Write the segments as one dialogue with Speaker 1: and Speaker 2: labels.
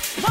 Speaker 1: So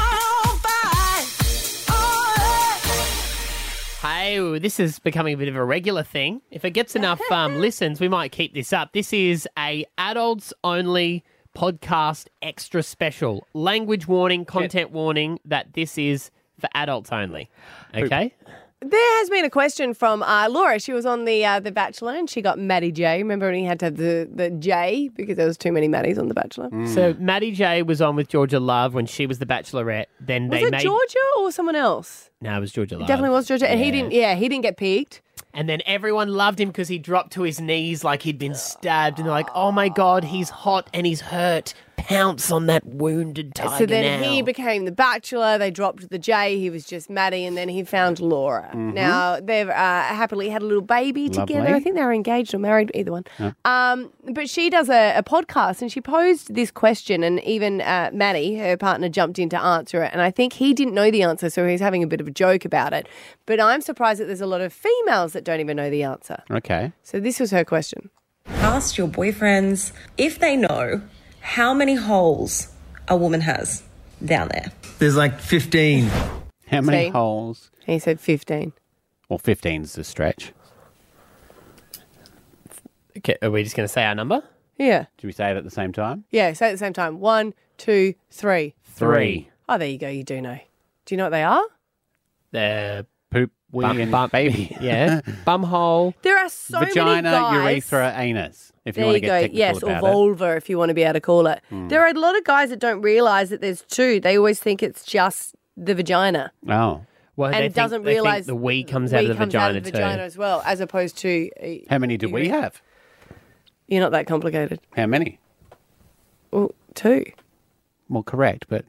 Speaker 1: Oh, this is becoming a bit of a regular thing. If it gets enough um, listens, we might keep this up. This is a adults only podcast extra special. Language warning, content warning that this is for adults only. Okay?
Speaker 2: There has been a question from uh, Laura. She was on the uh, the Bachelor and she got Maddie J. Remember when he had to have the, the J because there was too many Maddies on the Bachelor.
Speaker 1: So Maddie J was on with Georgia Love when she was the Bachelorette. Then
Speaker 2: was
Speaker 1: they
Speaker 2: it
Speaker 1: made
Speaker 2: Georgia or someone else?
Speaker 1: No, it was Georgia Love.
Speaker 2: It definitely was Georgia, and he didn't. Yeah, he didn't get peaked.
Speaker 1: And then everyone loved him because he dropped to his knees like he'd been stabbed, and they're like, "Oh my god, he's hot and he's hurt. Pounce on that wounded tiger
Speaker 2: So then
Speaker 1: now."
Speaker 2: he became the Bachelor. They dropped the J. He was just Maddie, and then he found Laura. Now they've uh, happily had a little baby together.
Speaker 3: Lovely.
Speaker 2: I think they were engaged or married, either one. Um, but she does a, a podcast, and she posed this question, and even uh, Maddie, her partner, jumped in to answer it. And I think he didn't know the answer, so he's having a bit of a joke about it. But I'm surprised that there's a lot of females that don't even know the answer.
Speaker 3: Okay.
Speaker 2: So this was her question.
Speaker 4: Ask your boyfriends if they know how many holes a woman has down there.
Speaker 5: There's like 15.
Speaker 3: How many
Speaker 2: See?
Speaker 3: holes?
Speaker 2: He said 15.
Speaker 3: Well, 15's the stretch.
Speaker 1: Okay, are we just going to say our number?
Speaker 2: Yeah.
Speaker 3: Do we say it at the same time?
Speaker 2: Yeah, say it at the same time. One, two, three.
Speaker 1: Three.
Speaker 2: Oh, there you go. You do know. Do you know what they are?
Speaker 1: The
Speaker 3: Poop, wee,
Speaker 1: Bum-
Speaker 3: and
Speaker 1: bum-
Speaker 3: baby.
Speaker 1: yeah, bumhole.
Speaker 2: There are so
Speaker 3: Vagina,
Speaker 2: many guys.
Speaker 3: urethra, anus. If you
Speaker 2: There
Speaker 3: want
Speaker 2: you
Speaker 3: to get
Speaker 2: go.
Speaker 3: technical
Speaker 2: Yes, or
Speaker 3: about
Speaker 2: vulva, if you want to be able to call it.
Speaker 1: Hmm.
Speaker 2: There are a lot of guys that don't realise that there's two. They always think it's just the vagina,
Speaker 3: it. Oh,
Speaker 1: Well,
Speaker 2: and
Speaker 1: they
Speaker 2: it
Speaker 1: think-
Speaker 2: doesn't
Speaker 1: they think
Speaker 2: realise
Speaker 1: the wee comes out of the
Speaker 2: comes
Speaker 1: vagina
Speaker 2: out of the vagina
Speaker 1: too.
Speaker 2: as well, as opposed to uh,
Speaker 3: how many do we have?
Speaker 2: you're not that complicated.
Speaker 3: How many?
Speaker 2: Well, two.
Speaker 3: Well, correct, but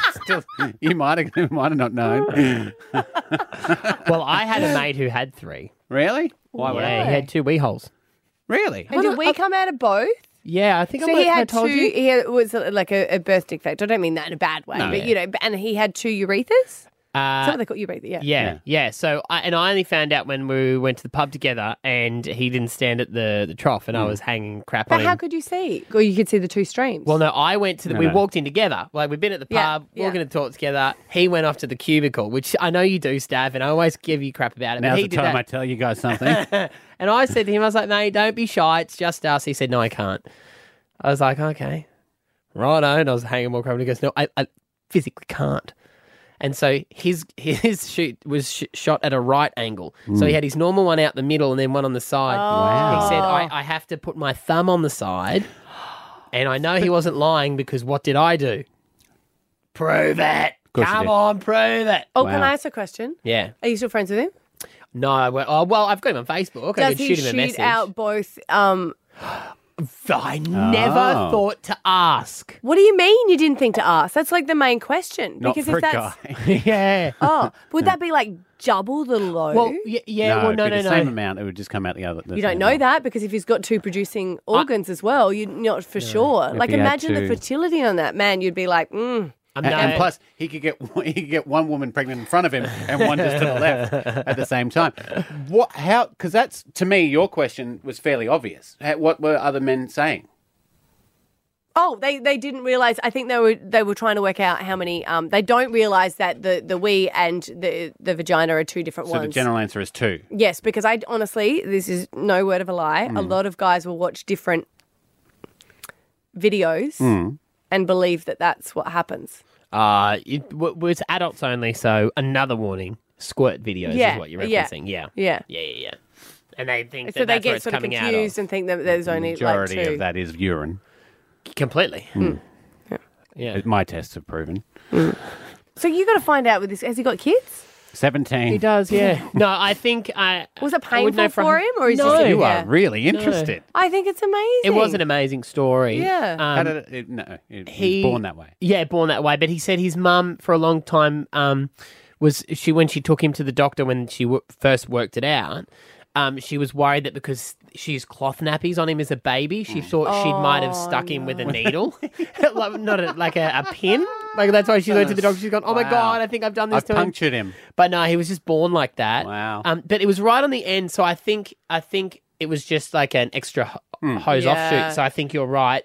Speaker 3: still, you might have, you might have not known.
Speaker 1: Well, I had a mate who had three.
Speaker 3: Really? Why would I?
Speaker 1: Yeah, he had two wee holes.
Speaker 3: Really?
Speaker 2: And did we come out of both?
Speaker 1: Yeah, I think I,
Speaker 2: So
Speaker 1: might-
Speaker 2: he
Speaker 1: I
Speaker 2: had two.
Speaker 1: told you.
Speaker 2: He had, it was uh, like a, a birth defect. I don't mean that in a bad way, but you know. And he had two urethras. Is that what they call urethra? Yeah.
Speaker 1: Uh, Yeah, yeah. So, I, and I only found out when we went to the pub together, and he didn't stand at the, the trough,
Speaker 3: Hmm.
Speaker 1: and I was hanging crap on
Speaker 2: But
Speaker 1: him.
Speaker 2: how could you see? Or you could see the two streams.
Speaker 1: well, no, I went to the. we
Speaker 3: no.
Speaker 1: walked in together. Like we've been at the
Speaker 2: Yeah,
Speaker 1: pub,
Speaker 2: yeah.
Speaker 1: walking and talk together. He went off to the cubicle, which I know you do, Stav, and I always give you crap about it. but
Speaker 3: Now's
Speaker 1: he
Speaker 3: the
Speaker 1: did
Speaker 3: time
Speaker 1: that.
Speaker 3: I tell you guys something.
Speaker 1: And I said to him, I was like, mate, don't be shy. It's just us. He said, no, I can't. I was like, okay. Right on. I was hanging more crap. And he goes, no, I, I physically can't. And so his his shoot was sh- shot at a right angle. So he had his normal one out the middle and then one on the side. He said, I, I have to put my thumb on the side. And I know he wasn't lying because what did I do? Prove it.
Speaker 3: course you
Speaker 1: Come
Speaker 3: did.
Speaker 1: on, prove it.
Speaker 2: Oh, can
Speaker 3: Wow.
Speaker 2: I ask a question?
Speaker 1: Yeah.
Speaker 2: Are you still friends with him?
Speaker 1: No, well, oh, well, I've got him on Facebook.
Speaker 2: Does
Speaker 1: I could
Speaker 2: he
Speaker 1: shoot him a
Speaker 2: shoot
Speaker 1: message.
Speaker 2: out both? Um,
Speaker 1: I never
Speaker 3: Oh.
Speaker 1: thought to ask.
Speaker 2: what do you mean you didn't think to ask? That's like the main question.
Speaker 3: not
Speaker 2: because if
Speaker 3: for a
Speaker 2: that's
Speaker 3: guy.
Speaker 1: yeah.
Speaker 2: oh, would that be like double the low?
Speaker 1: Well, yeah, yeah
Speaker 3: no,
Speaker 1: well, no,
Speaker 3: it'd
Speaker 1: no,
Speaker 3: be the same
Speaker 1: no.
Speaker 3: amount. It would just come out the other. the
Speaker 2: you don't
Speaker 3: same
Speaker 2: know
Speaker 3: amount.
Speaker 2: that because if he's got two producing organs as well, you're not for sure. Like
Speaker 3: he had
Speaker 2: imagine the
Speaker 3: two.
Speaker 2: fertility on that man. You'd be like, mm.
Speaker 1: I'm
Speaker 3: A- And,
Speaker 1: no-
Speaker 3: plus, he could get he could get one woman pregnant in front of him and one just to the left at the same time. What? How? Because that's to me, your question was fairly obvious. Ha- What were other men saying?
Speaker 2: Oh, they, they didn't realize. I think they were they were trying to work out how many. Um, they don't realize that the the we and the the vagina are two different
Speaker 3: So
Speaker 2: ones.
Speaker 3: the general answer is two.
Speaker 2: Yes, because I honestly, this is no word of a lie.
Speaker 1: Mm.
Speaker 2: A lot of guys will watch different videos
Speaker 1: Mm.
Speaker 2: and believe that that's what happens.
Speaker 1: uh, it w- was adults only, so another warning. Squirt videos
Speaker 2: Yeah,
Speaker 1: is what you're
Speaker 2: yeah,
Speaker 1: referencing. Yeah.
Speaker 2: yeah.
Speaker 1: Yeah, yeah, yeah. And they think
Speaker 2: so
Speaker 1: that
Speaker 2: they
Speaker 1: that's where
Speaker 2: get
Speaker 1: it's
Speaker 2: sort of
Speaker 1: coming
Speaker 2: confused and think that there's only like
Speaker 3: Majority
Speaker 2: two.
Speaker 3: of that is urine. Uh,
Speaker 1: out of. Completely.
Speaker 3: Hmm.
Speaker 1: Yeah.
Speaker 3: My tests have proven
Speaker 2: So you got to find out with this. Has he got kids?
Speaker 3: seventeen.
Speaker 1: He does, yeah. no, I think I.
Speaker 2: Was it
Speaker 1: I would know
Speaker 2: painful
Speaker 1: from-
Speaker 2: for him, or is
Speaker 1: No.
Speaker 2: just,
Speaker 3: You
Speaker 2: yeah.
Speaker 3: are really interested.
Speaker 2: I think it's amazing.
Speaker 1: It was an amazing story.
Speaker 2: Yeah.
Speaker 1: Um,
Speaker 3: How did it, it- no, it,
Speaker 1: he-
Speaker 3: he's born that way.
Speaker 1: Yeah, born that way. But he said his mum for a long time um, was she when she took him to the doctor when she w- first worked it out. Um, she was worried that because she used cloth nappies on him as a baby,
Speaker 3: Mm.
Speaker 1: she thought she might have stuck him
Speaker 3: Oh,
Speaker 1: with a needle, like, not a, like a, a pin. Like that's why she went to the doctor. She's gone, oh my
Speaker 3: Wow.
Speaker 1: god, I think I've done this
Speaker 3: I
Speaker 1: to him.
Speaker 3: punctured him.
Speaker 1: But no, he was just born like that.
Speaker 3: Wow.
Speaker 1: Um, but it was right on the end, so I think I think it was just like an extra ho- hose
Speaker 3: Hmm.
Speaker 2: Yeah.
Speaker 1: offshoot. So I think you're right.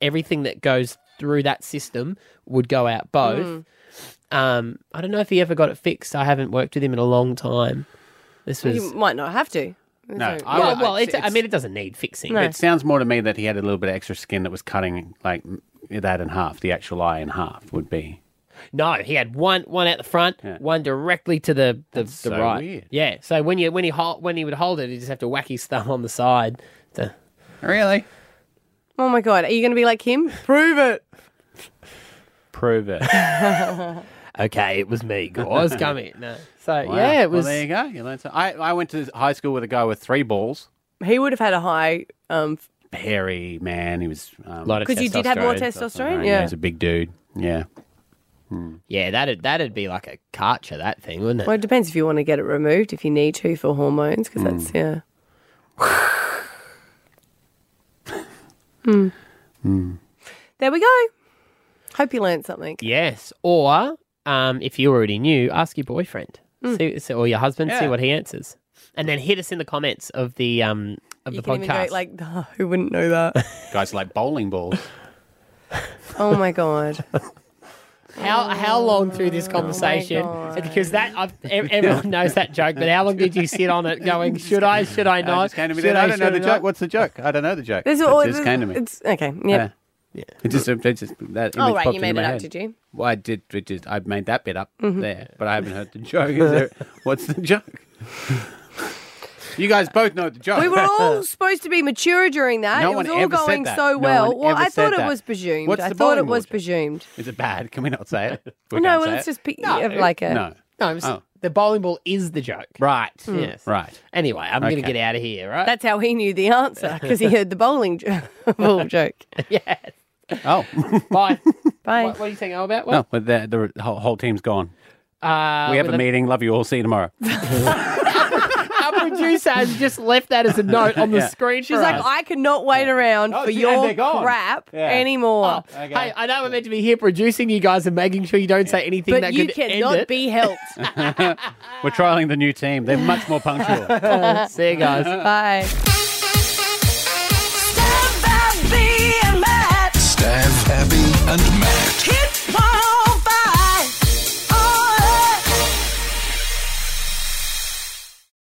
Speaker 1: Everything that goes through that system would go out both.
Speaker 2: Hmm.
Speaker 1: Um, I don't know if he ever got it fixed. I haven't worked with him in a long time. This was
Speaker 2: You might not have to.
Speaker 3: No,
Speaker 2: So-
Speaker 3: I
Speaker 1: well,
Speaker 3: would-
Speaker 1: well
Speaker 3: it's-
Speaker 1: it's, I
Speaker 3: it's-
Speaker 1: mean, it doesn't need fixing.
Speaker 2: No.
Speaker 1: It's-
Speaker 3: It sounds more to me that he had a little bit of extra skin that was cutting like m- that in half. The actual eye in half would be.
Speaker 1: No, he had one one out the front, one directly to the the, the
Speaker 3: so
Speaker 1: right.
Speaker 3: weird.
Speaker 1: Yeah. So when you when he hold, when he would hold it, he just have to whack his thumb on the side. To,
Speaker 3: Really?
Speaker 2: Oh my god, are you going to be like him? Prove it.
Speaker 3: Prove it.
Speaker 1: okay, it was me, guys. Come here. No. So
Speaker 3: Wow.
Speaker 1: yeah, it was.
Speaker 3: Well, there you go. You learned. some- I I went to high school with a guy with three balls.
Speaker 2: He would have had a high um
Speaker 3: Hairy man. He was. Um,
Speaker 1: lot of
Speaker 2: because you did have more
Speaker 1: testosterone.
Speaker 3: right,
Speaker 2: testosterone.
Speaker 3: yeah. He
Speaker 2: Yeah.
Speaker 3: was a big dude. Yeah.
Speaker 1: Yeah, that'd that'd be like a carcher that thing, wouldn't it?
Speaker 2: Well, it depends if you want to get it removed if you need to for hormones because that's
Speaker 3: Hmm.
Speaker 2: yeah.
Speaker 3: Hmm.
Speaker 2: There we go. Hope you learned something.
Speaker 1: Yes. Or um, if you already knew, ask your boyfriend, see, see- or your husband, see
Speaker 3: Yeah.
Speaker 1: what he answers, and then hit us in the comments of the um of
Speaker 2: You
Speaker 1: the
Speaker 2: can even
Speaker 1: podcast.
Speaker 2: go like, "Oh, who wouldn't know that?
Speaker 3: Guys like bowling balls.
Speaker 2: oh my god.
Speaker 1: How how long through this conversation?
Speaker 2: God.
Speaker 1: because that I've, ev- everyone knows that joke, but how long did you sit on it, going, should I, should I
Speaker 3: I
Speaker 1: not?
Speaker 3: just came to me
Speaker 1: Should
Speaker 3: then, I don't know
Speaker 1: should
Speaker 3: the
Speaker 1: not?"
Speaker 3: joke. What's the joke? I don't know the joke.
Speaker 2: This is
Speaker 3: It
Speaker 2: all.
Speaker 3: just
Speaker 2: this-
Speaker 3: came to me.
Speaker 2: It's okay. Yeah.
Speaker 3: Yeah. It just, it just that
Speaker 2: All
Speaker 3: image
Speaker 2: right,
Speaker 3: popped
Speaker 2: you
Speaker 3: into
Speaker 2: made
Speaker 3: my
Speaker 2: it up,
Speaker 3: head.
Speaker 2: did you? Mm-hmm.
Speaker 3: Well, I did. It just I made that bit up there, but I haven't heard the joke. Is there, what's the joke? you guys both know the joke.
Speaker 2: We were all supposed to be mature during that.
Speaker 3: No
Speaker 2: it was
Speaker 3: one
Speaker 2: all
Speaker 3: ever said
Speaker 2: going
Speaker 3: that.
Speaker 2: so
Speaker 3: No
Speaker 2: well.
Speaker 3: one
Speaker 2: well,
Speaker 3: ever
Speaker 2: I
Speaker 3: said
Speaker 2: thought it
Speaker 3: that.
Speaker 2: was presumed.
Speaker 3: What's
Speaker 2: I
Speaker 3: the
Speaker 2: thought it
Speaker 3: bowling
Speaker 2: was
Speaker 3: ball joke?
Speaker 2: presumed.
Speaker 3: Is it bad? Can we not say it? We
Speaker 2: no,
Speaker 3: can't
Speaker 2: well,
Speaker 3: say
Speaker 2: it's
Speaker 3: it.
Speaker 2: just pe- of like a.
Speaker 3: no.
Speaker 1: No, it was-
Speaker 3: Oh.
Speaker 1: the bowling ball is the joke. Hmm.
Speaker 3: Right.
Speaker 1: Yes.
Speaker 3: Right.
Speaker 1: Anyway, I'm
Speaker 3: Okay.
Speaker 1: gonna get out of here, right?
Speaker 2: That's how he knew the answer because he heard the bowling jo- ball joke.
Speaker 1: yeah.
Speaker 3: Oh.
Speaker 1: Bye.
Speaker 2: Bye.
Speaker 1: what, what do you think, about?
Speaker 3: no,
Speaker 1: What?
Speaker 3: but the, the whole, whole team's gone.
Speaker 1: Uh,
Speaker 3: we have
Speaker 1: with
Speaker 3: a meeting. Love you all. See you tomorrow.
Speaker 1: Our producer has just left that as a note on the
Speaker 3: Yeah.
Speaker 1: screen.
Speaker 2: She's
Speaker 1: for
Speaker 2: like,
Speaker 1: us.
Speaker 2: I cannot wait around
Speaker 3: Oh,
Speaker 2: for
Speaker 3: see, and
Speaker 2: your
Speaker 3: they're gone.
Speaker 2: crap
Speaker 3: Yeah.
Speaker 2: anymore.
Speaker 1: Hey, I know we're meant to be here producing you guys and making sure you don't say anything
Speaker 2: but
Speaker 1: that
Speaker 2: you
Speaker 1: could end
Speaker 2: cannot
Speaker 1: it.
Speaker 2: be helped.
Speaker 3: We're trialing the new team. They're much more punctual.
Speaker 1: See you guys.
Speaker 2: Bye.